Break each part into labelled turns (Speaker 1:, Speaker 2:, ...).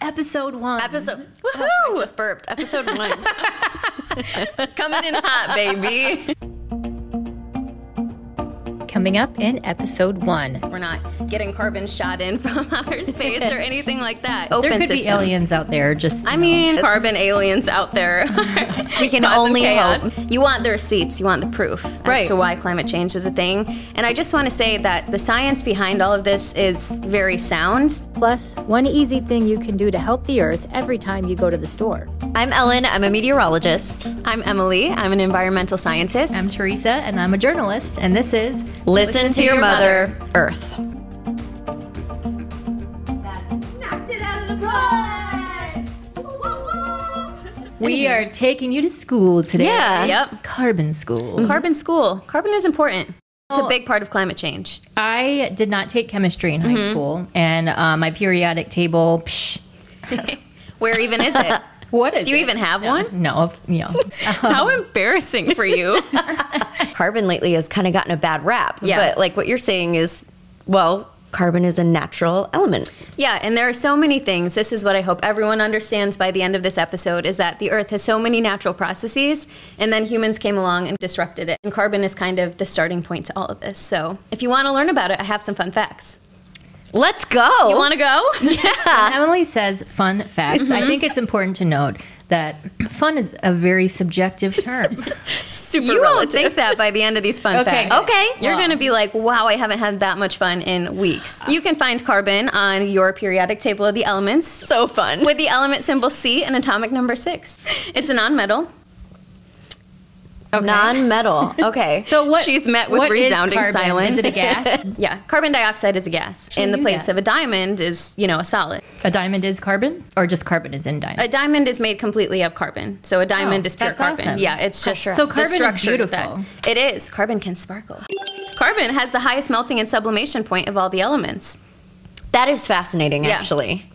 Speaker 1: Episode one.
Speaker 2: Episode. Woohoo!
Speaker 1: Oh, I
Speaker 2: just burped. Episode one. Coming in hot, baby.
Speaker 3: Coming up in episode one.
Speaker 2: We're not getting carbon shot in from outer space or anything like that. Open
Speaker 1: There could
Speaker 2: system.
Speaker 1: be aliens out there. Just
Speaker 2: I mean,
Speaker 1: you know,
Speaker 2: carbon aliens out there. we can
Speaker 3: only
Speaker 2: You want their receipts. You want the proof
Speaker 3: Right.
Speaker 2: as to why climate change is a thing. And I just want to say that the science behind all of this is very sound.
Speaker 3: Plus, one easy thing you can do to help the earth every time you go to the store.
Speaker 4: I'm Ellen. I'm a meteorologist.
Speaker 2: I'm Emily. I'm an environmental scientist.
Speaker 1: I'm Teresa, and I'm a journalist, and this is
Speaker 4: Listen, to, your, mother, Earth.
Speaker 1: we are taking you to school today.
Speaker 2: Yeah. Yep.
Speaker 1: Carbon school.
Speaker 2: Carbon school. Carbon is important. It's a
Speaker 1: Well-
Speaker 2: big part of climate change.
Speaker 1: I did not take chemistry in
Speaker 2: Mm-hmm.
Speaker 1: high school, and uh, my periodic table. Psh,
Speaker 2: Where even is it?
Speaker 1: what is?
Speaker 2: Do you
Speaker 1: it?
Speaker 2: even have one?
Speaker 1: No, of- you know.
Speaker 2: How embarrassing for you.
Speaker 4: Carbon lately has kind of gotten a bad rap.
Speaker 2: Yeah.
Speaker 4: But like what you're saying is, well, carbon is a natural element.
Speaker 2: yeah, and there are so many things. This is what I hope everyone understands by the end of this episode is that the earth has so many natural processes and then humans came along and disrupted it. And carbon is kind of the starting point to all of this. So, if you want to learn about it, I have some fun facts.
Speaker 4: Let's go.
Speaker 2: You want to go?
Speaker 1: When Um, Emily says fun facts.
Speaker 2: Mm-hmm.
Speaker 1: I think it's important to note that fun is a very subjective term.
Speaker 4: super
Speaker 2: you won't think that by the end of these fun
Speaker 1: Okay.
Speaker 2: facts.
Speaker 4: Okay.
Speaker 2: You're
Speaker 1: Wow.
Speaker 2: going to be like, wow, I haven't had that much fun in weeks.
Speaker 1: Ah.
Speaker 2: You can find carbon on your periodic table of the elements. So fun. With the element symbol C and atomic number six. It's a non metal.
Speaker 1: Okay.
Speaker 4: Non-metal. Okay.
Speaker 1: so what?
Speaker 2: She's met with
Speaker 1: what is
Speaker 2: resounding
Speaker 1: carbon?
Speaker 2: silence.
Speaker 1: Is it a gas?
Speaker 2: Yeah. Carbon dioxide is a gas.
Speaker 1: Sure
Speaker 2: in the
Speaker 1: knew
Speaker 2: place
Speaker 1: that.
Speaker 2: of a diamond is, you know, a solid.
Speaker 1: a diamond is carbon, or just carbon is in diamond.
Speaker 2: A diamond is made completely of carbon. So a diamond
Speaker 1: Oh,
Speaker 2: is pure
Speaker 1: that's
Speaker 2: carbon.
Speaker 1: awesome.
Speaker 2: Yeah, it's just
Speaker 1: Sure. So
Speaker 2: the
Speaker 1: carbon is
Speaker 2: structure
Speaker 1: beautiful.
Speaker 2: that- it is. Carbon can sparkle. Carbon has the highest melting and sublimation point of all the elements.
Speaker 4: that is fascinating
Speaker 2: Yeah.
Speaker 4: actually.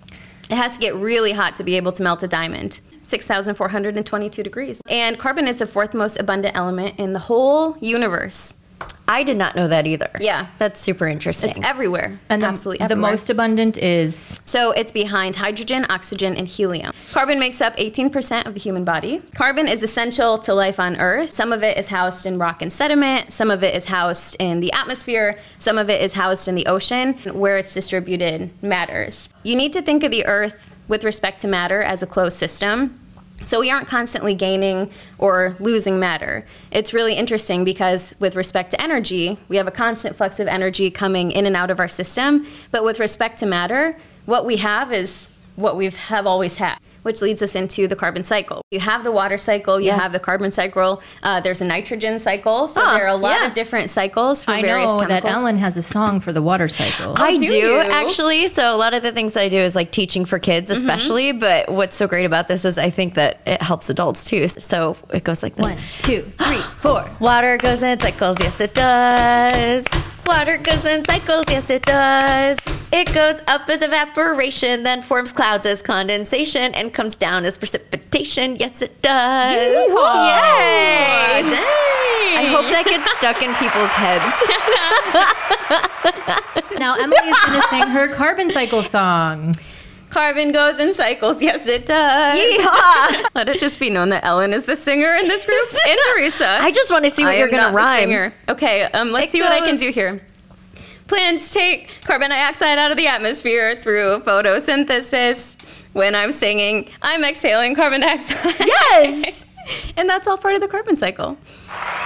Speaker 2: It has to get really hot to be able to melt a diamond. 6,422 degrees. And carbon is the fourth most abundant element in the whole universe.
Speaker 4: I did not know that either.
Speaker 2: Yeah.
Speaker 4: That's super interesting.
Speaker 2: It's everywhere.
Speaker 1: and the,
Speaker 2: absolutely
Speaker 1: the
Speaker 2: everywhere.
Speaker 1: most abundant is
Speaker 2: So it's behind hydrogen, oxygen, and helium. Carbon makes up 18% of the human body. Carbon is essential to life on Earth. Some of it is housed in rock and sediment, some of it is housed in the atmosphere, some of it is housed in the ocean, where it's distributed matters. You need to think of the Earth with respect to matter as a closed system. So we aren't constantly gaining or losing matter. It's really interesting because with respect to energy, we have a constant flux of energy coming in and out of our system, but with respect to matter, what we have is what we have always had. Which leads us into the carbon cycle. You have the water cycle, you
Speaker 4: Yeah.
Speaker 2: have the carbon cycle, uh, there's a nitrogen cycle. So
Speaker 4: Huh,
Speaker 2: there are a lot
Speaker 4: yeah.
Speaker 2: of different cycles for
Speaker 1: I
Speaker 2: various
Speaker 1: know that
Speaker 2: chemicals.
Speaker 1: Ellen has a song for the water cycle.
Speaker 4: I
Speaker 2: do
Speaker 4: do,
Speaker 2: you? Mm-hmm.
Speaker 4: actually. So a lot of the things that I do is like teaching for kids, especially. But what's so great about this is I think that it helps adults too. So it goes like this:
Speaker 1: One, two, three, four.
Speaker 4: water goes in cycles, yes it does. Water goes in cycles, yes it does. It goes up as evaporation, then forms clouds as condensation, and comes down as precipitation, yes it does. Yay! I hope that gets stuck in people's heads.
Speaker 1: Now Emily is going to sing her carbon cycle song.
Speaker 2: Carbon goes in cycles. Yes, it does.
Speaker 4: Yeehaw!
Speaker 2: Let it just be known that Ellen is the singer in this group and Teresa.
Speaker 4: I just want to see what
Speaker 2: I
Speaker 4: you're
Speaker 2: am
Speaker 4: going
Speaker 2: not
Speaker 4: to
Speaker 2: the
Speaker 4: rhyme.
Speaker 2: singer. Okay, um, let's
Speaker 4: It
Speaker 2: see what I can
Speaker 4: goes-
Speaker 2: do here. Plants take carbon dioxide out of the atmosphere through photosynthesis. When I'm singing, I'm exhaling carbon dioxide.
Speaker 4: Yes!
Speaker 2: and that's all part of the carbon cycle.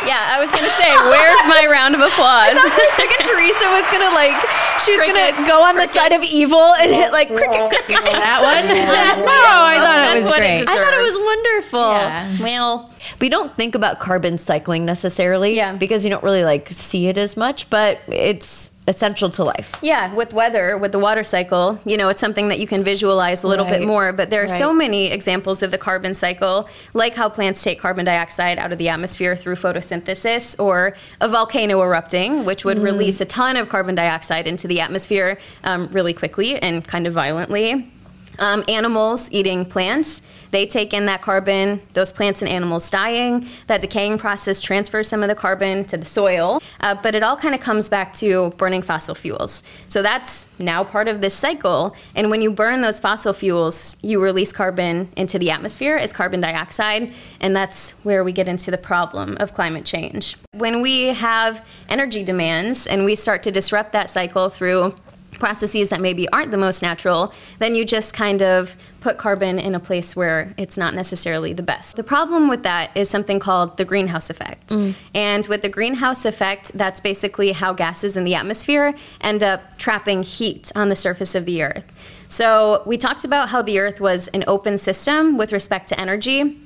Speaker 2: Yeah, I was gonna say, where's my round of applause?
Speaker 4: For a second, Teresa was gonna like, she was
Speaker 2: Crickets,
Speaker 4: gonna go on the side of evil and hit like cricket, cricket.
Speaker 1: That one? no, I thought it was
Speaker 2: That's Oh, what it
Speaker 1: great.
Speaker 2: deserves.
Speaker 4: I thought it was wonderful.
Speaker 1: Yeah.
Speaker 2: Well,
Speaker 4: We don't think about carbon cycling necessarily
Speaker 2: Yeah.
Speaker 4: because you don't really like see it as much, but it's essential to life.
Speaker 2: Yeah, with weather, with the water cycle, you know, it's something that you can visualize a little bit
Speaker 4: Right.
Speaker 2: more. But there are so
Speaker 4: Right.
Speaker 2: many examples of the carbon cycle, like how plants take carbon dioxide out of the atmosphere through photosynthesis, or a volcano erupting, which would
Speaker 4: Mm-hmm.
Speaker 2: release a ton of carbon dioxide into the atmosphere um, really quickly and kind of violently. Um, animals eating plants. They take in that carbon, those plants and animals dying. That decaying process transfers some of the carbon to the soil, uh, but it all kind of comes back to burning fossil fuels. So that's now part of this cycle. And when you burn those fossil fuels, you release carbon into the atmosphere as carbon dioxide, and that's where we get into the problem of climate change. When we have energy demands and we start to disrupt that cycle through processes that maybe aren't the most natural, then you just kind of put carbon in a place where it's not necessarily the best. The problem with that is something called the greenhouse effect. And with the greenhouse effect, that's basically how gases in the atmosphere end up trapping heat on the surface of the earth. So we talked about how the earth was an open system with respect to energy.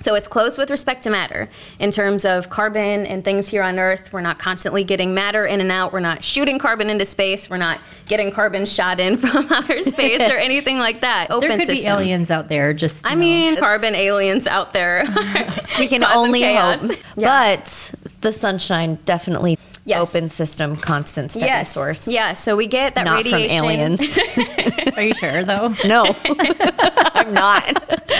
Speaker 2: So it's closed with respect to matter in terms of carbon and things here on Earth. We're not constantly getting matter in and out. We're not shooting carbon into space. We're not getting carbon shot in from outer space or anything like that. Open
Speaker 1: There could be
Speaker 2: system.
Speaker 1: aliens out there. Just you
Speaker 2: I
Speaker 1: know.
Speaker 2: mean, carbon aliens out there.
Speaker 5: We can
Speaker 2: Causing
Speaker 5: only
Speaker 2: chaos.
Speaker 5: hope.
Speaker 2: Yeah.
Speaker 5: But the sunshine definitely
Speaker 2: Yes.
Speaker 5: open system, constant steady
Speaker 2: yes,
Speaker 5: source.
Speaker 2: yeah. So we get that
Speaker 5: Not
Speaker 2: radiation.
Speaker 5: from aliens.
Speaker 1: are you sure though?
Speaker 5: No, I'm not.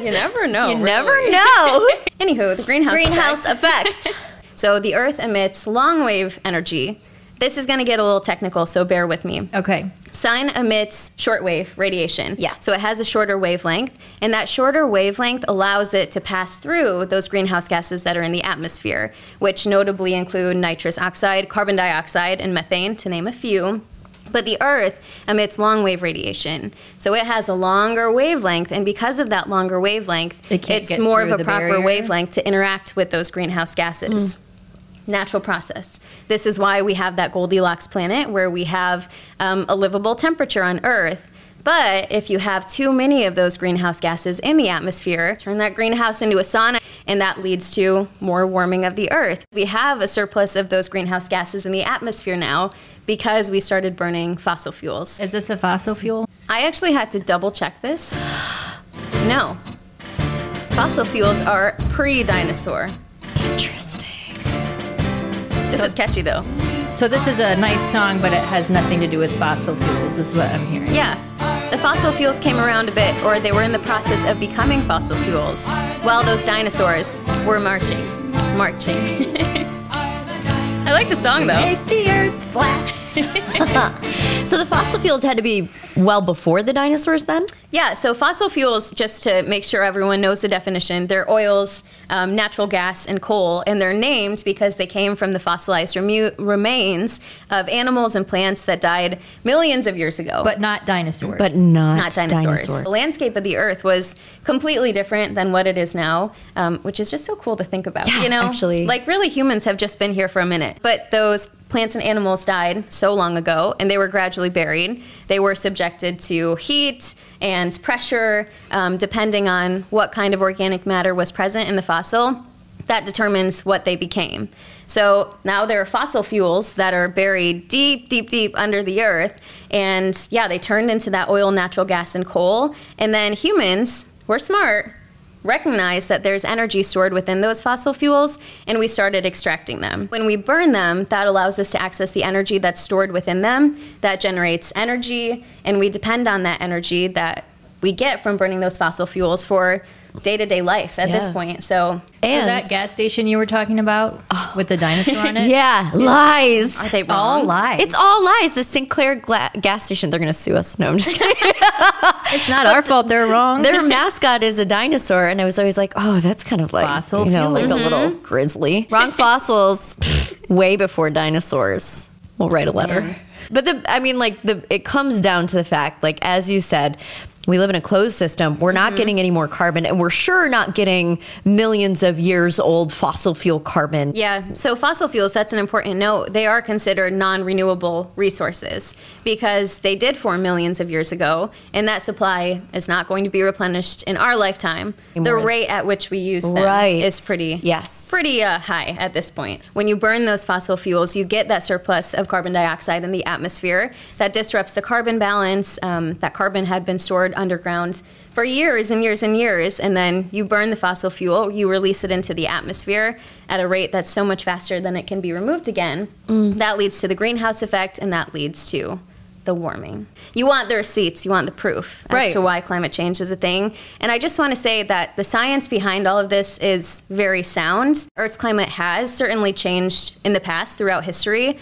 Speaker 2: You never know.
Speaker 5: You never
Speaker 2: really.
Speaker 5: know.
Speaker 2: Anywho, the greenhouse
Speaker 5: Greenhouse
Speaker 2: effect.
Speaker 5: effect.
Speaker 2: So the Earth emits long wave energy. This is going to get a little technical, so bear with me.
Speaker 1: Okay.
Speaker 2: Sun emits shortwave radiation.
Speaker 5: Yeah.
Speaker 2: So it has a shorter wavelength, and that shorter wavelength allows it to pass through those greenhouse gases that are in the atmosphere, which notably include nitrous oxide, carbon dioxide, and methane, to name a few. But the Earth emits long wave radiation. So it has a longer wavelength, and because of that longer wavelength,
Speaker 1: It can't
Speaker 2: it's
Speaker 1: get
Speaker 2: more of
Speaker 1: through
Speaker 2: a
Speaker 1: the
Speaker 2: proper
Speaker 1: barrier? Mm.
Speaker 2: wavelength to interact with those greenhouse gases natural process. This is why we have that Goldilocks planet where we have um, a livable temperature on Earth. But if you have too many of those greenhouse gases in the atmosphere, turn that greenhouse into a sauna, and that leads to more warming of the Earth. We have a surplus of those greenhouse gases in the atmosphere now because we started burning fossil fuels.
Speaker 1: Is this a fossil fuel?
Speaker 2: I actually had to double check this. No. Fossil fuels are pre dinosaur.
Speaker 5: Interesting.
Speaker 2: This is catchy though.
Speaker 1: So this is a nice song, but it has nothing to do with fossil fuels. Is what I'm hearing.
Speaker 2: Yeah. The fossil fuels came around a bit, or they were in the process of becoming fossil fuels, while those dinosaurs were marching. Marching. I like the song though.
Speaker 5: the earth flat. so the fossil fuels had to be well before the dinosaurs then?
Speaker 2: Yeah, so fossil fuels, just to make sure everyone knows the definition, they're oils, um, natural gas, and coal, and they're named because they came from the fossilized remu- remains of animals and plants that died millions of years ago.
Speaker 1: But not dinosaurs.
Speaker 5: But not,
Speaker 2: not dinosaurs.
Speaker 5: dinosaur.
Speaker 2: The landscape of the Earth was completely different than what it is now, um, which is just so cool to think about.
Speaker 5: Yeah,
Speaker 2: you know,
Speaker 5: actually.
Speaker 2: like really humans have just been here for a minute, but those plants and animals died so long ago, and they were gradually buried. They were subjected to heat and pressure, um, depending on what kind of organic matter was present in the fossil. That determines what they became. So now there are fossil fuels that are buried deep, deep, deep under the earth. And yeah, they turned into that oil, natural gas, and coal. And then humans, we're smart, recognized that there's energy stored within those fossil fuels and we started extracting them. When we burn them, that allows us to access the energy that's stored within them that generates energy and we depend on that energy that we get from burning those fossil fuels for day-to-day life at this
Speaker 5: Yeah.
Speaker 2: point. So
Speaker 1: So that gas station you were talking about with the dinosaur on it.
Speaker 5: yeah, lies.
Speaker 2: are they wrong?
Speaker 1: All lies.
Speaker 5: It's all lies. The Sinclair gla- gas station, they're going to sue us. No, I'm just kidding.
Speaker 1: It's not our fault. They're wrong.
Speaker 5: Their mascot is a dinosaur. And I was always like, oh, that's kind of like,
Speaker 1: Fossil
Speaker 5: you know, like a
Speaker 1: fuel.
Speaker 5: little
Speaker 2: Mm-hmm.
Speaker 5: grizzly. Wrong fossils. Way before dinosaurs. We'll write a letter. But the, I mean, like the, it comes down to the fact, like as you said, we live in a closed system. We're
Speaker 2: Mm-hmm.
Speaker 5: not getting any more carbon, and we're sure not getting millions of years old fossil fuel carbon.
Speaker 2: Yeah, so fossil fuels, that's an important note. They are considered non renewable resources because they did form millions of years ago, and that supply is not going to be replenished in our lifetime. The
Speaker 5: Anymore.
Speaker 2: rate at which we use them
Speaker 5: Right.
Speaker 2: is pretty
Speaker 5: Yes.
Speaker 2: pretty uh, high at this point. When you burn those fossil fuels, you get that surplus of carbon dioxide in the atmosphere that disrupts the carbon balance. Um, that carbon had been stored underground for years and years and years, and then you burn the fossil fuel, you release it into the atmosphere at a rate that's so
Speaker 5: Mm.
Speaker 2: much faster than it can be removed again. That leads to the greenhouse effect, and that leads to the warming. You want the receipts, you want the proof as
Speaker 4: Right.
Speaker 2: to why climate change is a thing. And I just want to say that the science behind all of this is very sound. Earth's climate has certainly changed in the past throughout history.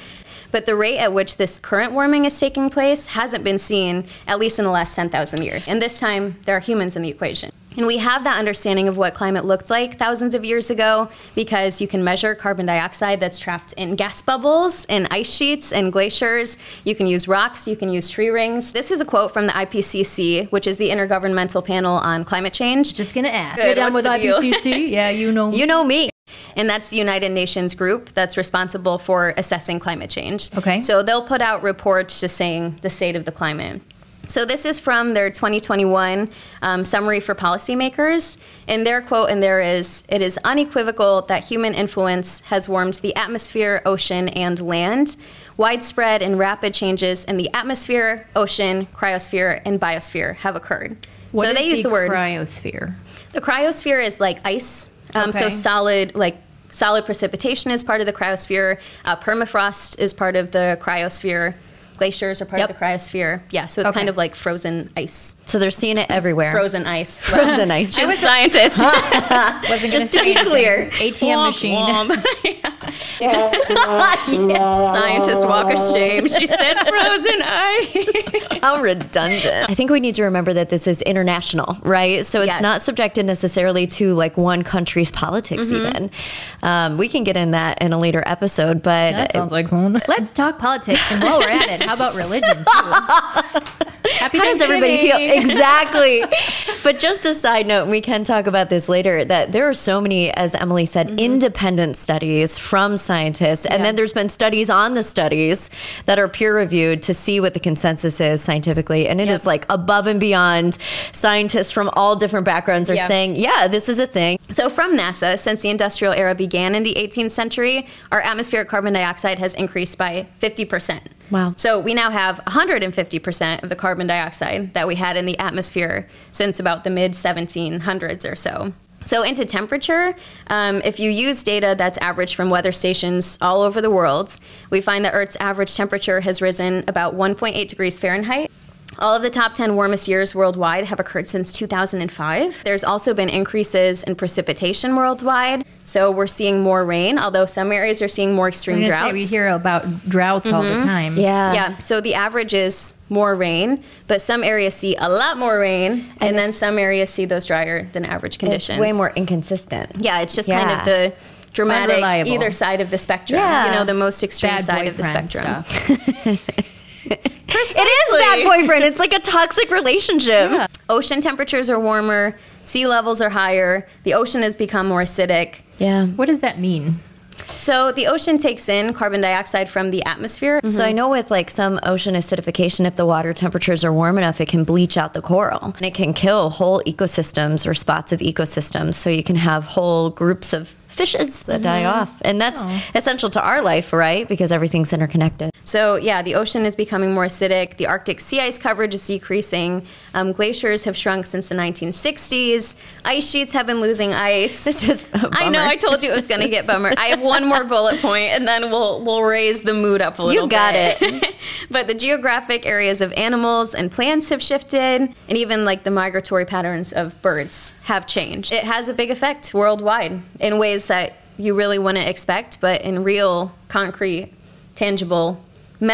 Speaker 2: But the rate at which this current warming is taking place hasn't been seen, at least in the last 10,000 years. And this time, there are humans in the equation. And we have that understanding of what climate looked like thousands of years ago because you can measure carbon dioxide that's trapped in gas bubbles, in ice sheets, and glaciers. You can use rocks, you can use tree rings. This is a quote from the IPCC, which is the Intergovernmental Panel on Climate Change.
Speaker 1: Just gonna ask. Go
Speaker 2: Good,
Speaker 1: down with
Speaker 2: what's the deal?
Speaker 1: IPCC. yeah, you know.
Speaker 2: You know me. And that's the United Nations group that's responsible for assessing climate change.
Speaker 1: Okay.
Speaker 2: So they'll put out reports just saying the state of the climate. So this is from their 2021 um, summary for policymakers. And their quote in there is It is unequivocal that human influence has warmed the atmosphere, ocean, and land. Widespread and rapid changes in the atmosphere, ocean, cryosphere, and biosphere have occurred.
Speaker 1: What
Speaker 2: so
Speaker 1: is
Speaker 2: they use the word
Speaker 1: cryosphere.
Speaker 2: the cryosphere is like ice. Um, So
Speaker 1: Okay.
Speaker 2: solid, like solid precipitation is part of the cryosphere. Uh, permafrost is part of the cryosphere. Glaciers are part of
Speaker 1: Yep.
Speaker 2: the cryosphere. Yeah, so it's
Speaker 1: Okay.
Speaker 2: kind of like frozen ice.
Speaker 4: So they're seeing it everywhere.
Speaker 2: Frozen ice.
Speaker 4: Frozen ice.
Speaker 2: She's a scientist.
Speaker 1: Wasn't
Speaker 2: Just to
Speaker 1: gonna say
Speaker 2: be
Speaker 1: anything.
Speaker 2: clear.
Speaker 1: ATM machine.
Speaker 2: Scientist walk of shame. She said frozen ice.
Speaker 4: How redundant. I think we need to remember that this is international, right? So it's
Speaker 2: Yes.
Speaker 4: not subjected necessarily to like one country's politics, even. Um, we can get in that in a later episode, but
Speaker 1: That sounds like fun. Let's talk politics. And while we're at it, how about religion too? Happy
Speaker 4: how does everybody feel?
Speaker 1: Thanksgiving.
Speaker 4: Exactly. but just a side note, and we can talk about this later, that there are so many, as Emily said,
Speaker 2: Mm-hmm.
Speaker 4: independent studies from scientists. And then there's been studies on the studies that are peer reviewed to see what the consensus is scientifically. And it is like above and beyond. Scientists from all different backgrounds are
Speaker 2: Yeah.
Speaker 4: saying, yeah, this is a thing.
Speaker 2: So, from NASA, since the industrial era began in the 18th century, our atmospheric carbon dioxide has increased by 50%.
Speaker 4: Wow.
Speaker 2: So, we now have 150% of the carbon dioxide that we had in the atmosphere since about the mid 1700s or so. So, into temperature, um, if you use data that's averaged from weather stations all over the world, we find that Earth's average temperature has risen about 1.8 degrees Fahrenheit. All of the top 10 warmest years worldwide have occurred since 2005. There's also been increases in precipitation worldwide. So we're seeing more rain, although some areas are seeing more
Speaker 1: I'm
Speaker 2: extreme
Speaker 1: gonna
Speaker 2: droughts.
Speaker 1: say we hear about droughts all the
Speaker 2: Mm-hmm.
Speaker 1: time.
Speaker 4: Um,
Speaker 2: yeah, so the average is more rain, but some areas see a lot more rain, and, then some areas see those drier than average
Speaker 4: It's
Speaker 2: conditions.
Speaker 4: way more inconsistent.
Speaker 2: Yeah, it's just kind
Speaker 4: Yeah.
Speaker 2: of the dramatic
Speaker 1: Unreliable.
Speaker 2: either side of the spectrum.
Speaker 4: Yeah.
Speaker 2: You know, the most extreme
Speaker 1: Bad
Speaker 2: side of the
Speaker 1: boyfriend
Speaker 2: spectrum.
Speaker 1: stuff.
Speaker 4: It is bad boyfriend. It's like a toxic relationship.
Speaker 1: Yeah.
Speaker 2: Ocean temperatures are warmer, sea levels are higher, the ocean has become more acidic.
Speaker 4: yeah.
Speaker 1: What does that mean?
Speaker 2: So the ocean takes in carbon dioxide from the atmosphere.
Speaker 4: So I know with like some ocean acidification, if the water temperatures are warm enough, it can bleach out the coral and it can kill whole ecosystems or spots of ecosystems. So you can have whole groups of fishes that die
Speaker 2: Mm-hmm.
Speaker 4: off, and that's
Speaker 2: Oh.
Speaker 4: essential to our life, right? Because everything's interconnected.
Speaker 2: So yeah, the ocean is becoming more acidic. The Arctic sea ice coverage is decreasing. Um, glaciers have shrunk since the 1960s. Ice sheets have been losing ice.
Speaker 4: This is a
Speaker 2: I know.
Speaker 4: bummer.
Speaker 2: I told you it was going to get bummer. I have one more bullet point, and then we'll we'll raise the mood up a little.
Speaker 4: got
Speaker 2: bit. but the geographic areas of animals and plants have shifted, and even like the migratory patterns of birds have changed. It has a big effect worldwide in ways that you really wouldn't expect, but in real, concrete, tangible,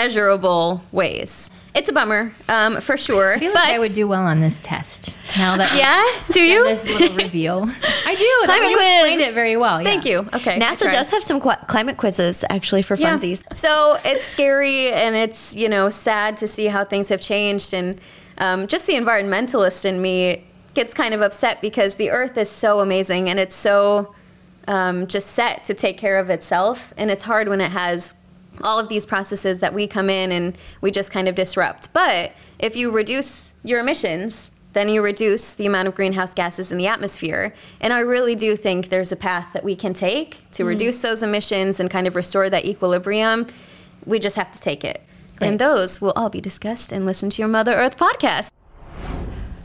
Speaker 2: measurable ways. It's a bummer, um, for sure.
Speaker 1: I feel
Speaker 2: but
Speaker 1: like I would do well on this test. Now that
Speaker 2: yeah, do you?
Speaker 1: this little reveal, I do. That's-
Speaker 4: Climate
Speaker 1: you
Speaker 4: quiz.
Speaker 1: explained it very well. yeah.
Speaker 2: Thank you. Okay, I
Speaker 4: NASA
Speaker 2: tried.
Speaker 4: does have some qu- climate quizzes actually for
Speaker 2: Yeah.
Speaker 4: funsies.
Speaker 2: So it's scary and it's, you know, sad to see how things have changed. And um, just the environmentalist in me gets kind of upset because the earth is so amazing and it's so um, just set to take care of itself. And it's hard when it has all of these processes that we come in and we just kind of disrupt. But if you reduce your emissions, then you reduce the amount of greenhouse gases in the atmosphere. And I really do think there's a path that we can take
Speaker 1: Hmm.
Speaker 2: to reduce those emissions and kind of restore that equilibrium. We just have to take it. And those will all be discussed and listen to your Mother Earth podcast.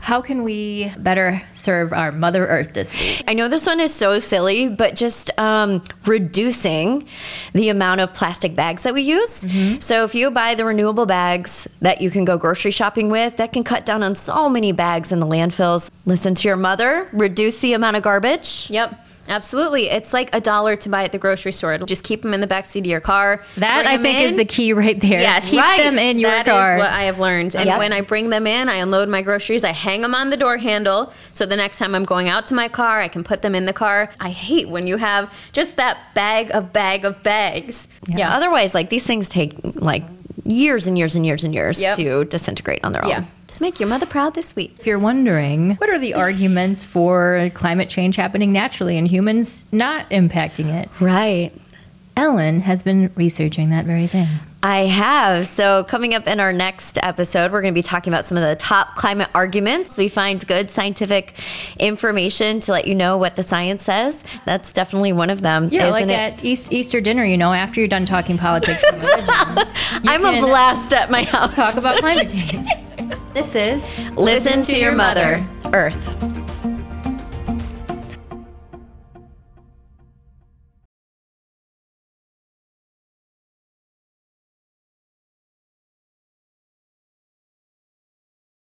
Speaker 1: How can we better serve our Mother Earth this week?
Speaker 4: I know this one is so silly, but just um, reducing the amount of plastic bags that we use.
Speaker 2: Mm-hmm.
Speaker 4: So if you buy the renewable bags that you can go grocery shopping with, that can cut down on so many bags in the landfills. Listen to your mother, reduce the amount of garbage.
Speaker 2: Yep. Absolutely. It's like a dollar to buy at the grocery store. Just keep them in the backseat of your car.
Speaker 1: That
Speaker 2: Bring
Speaker 1: I
Speaker 2: 'em
Speaker 1: think is
Speaker 2: in.
Speaker 1: the key right there.
Speaker 2: Yes,
Speaker 1: Keep them in your
Speaker 2: That is
Speaker 1: car.
Speaker 2: what I have learned. And
Speaker 4: Yep.
Speaker 2: when I bring them in, I unload my groceries. I hang them on the door handle. So the next time I'm going out to my car, I can put them in the car. I hate when you have just that bag of bag of bags.
Speaker 4: Yeah. Otherwise, like these things take like years and years and years and years
Speaker 2: Yep.
Speaker 4: to disintegrate on their own.
Speaker 2: Yeah. Make your mother proud this week.
Speaker 1: if you're wondering, what are the arguments for climate change happening naturally and humans not impacting it?
Speaker 4: Right.
Speaker 1: Ellen has been researching that very thing.
Speaker 4: I have. So, coming up in our next episode, we're going to be talking about some of the top climate arguments. We find good scientific information to let you know what the science says. That's definitely one of them.
Speaker 1: Yeah, like
Speaker 4: isn't it?
Speaker 1: at East, Easter dinner, you know, after you're done talking politics, and religion, you
Speaker 4: I'm
Speaker 1: can
Speaker 4: a blast at my house.
Speaker 1: Talk about climate change. This is
Speaker 4: Listen to your mother, Earth.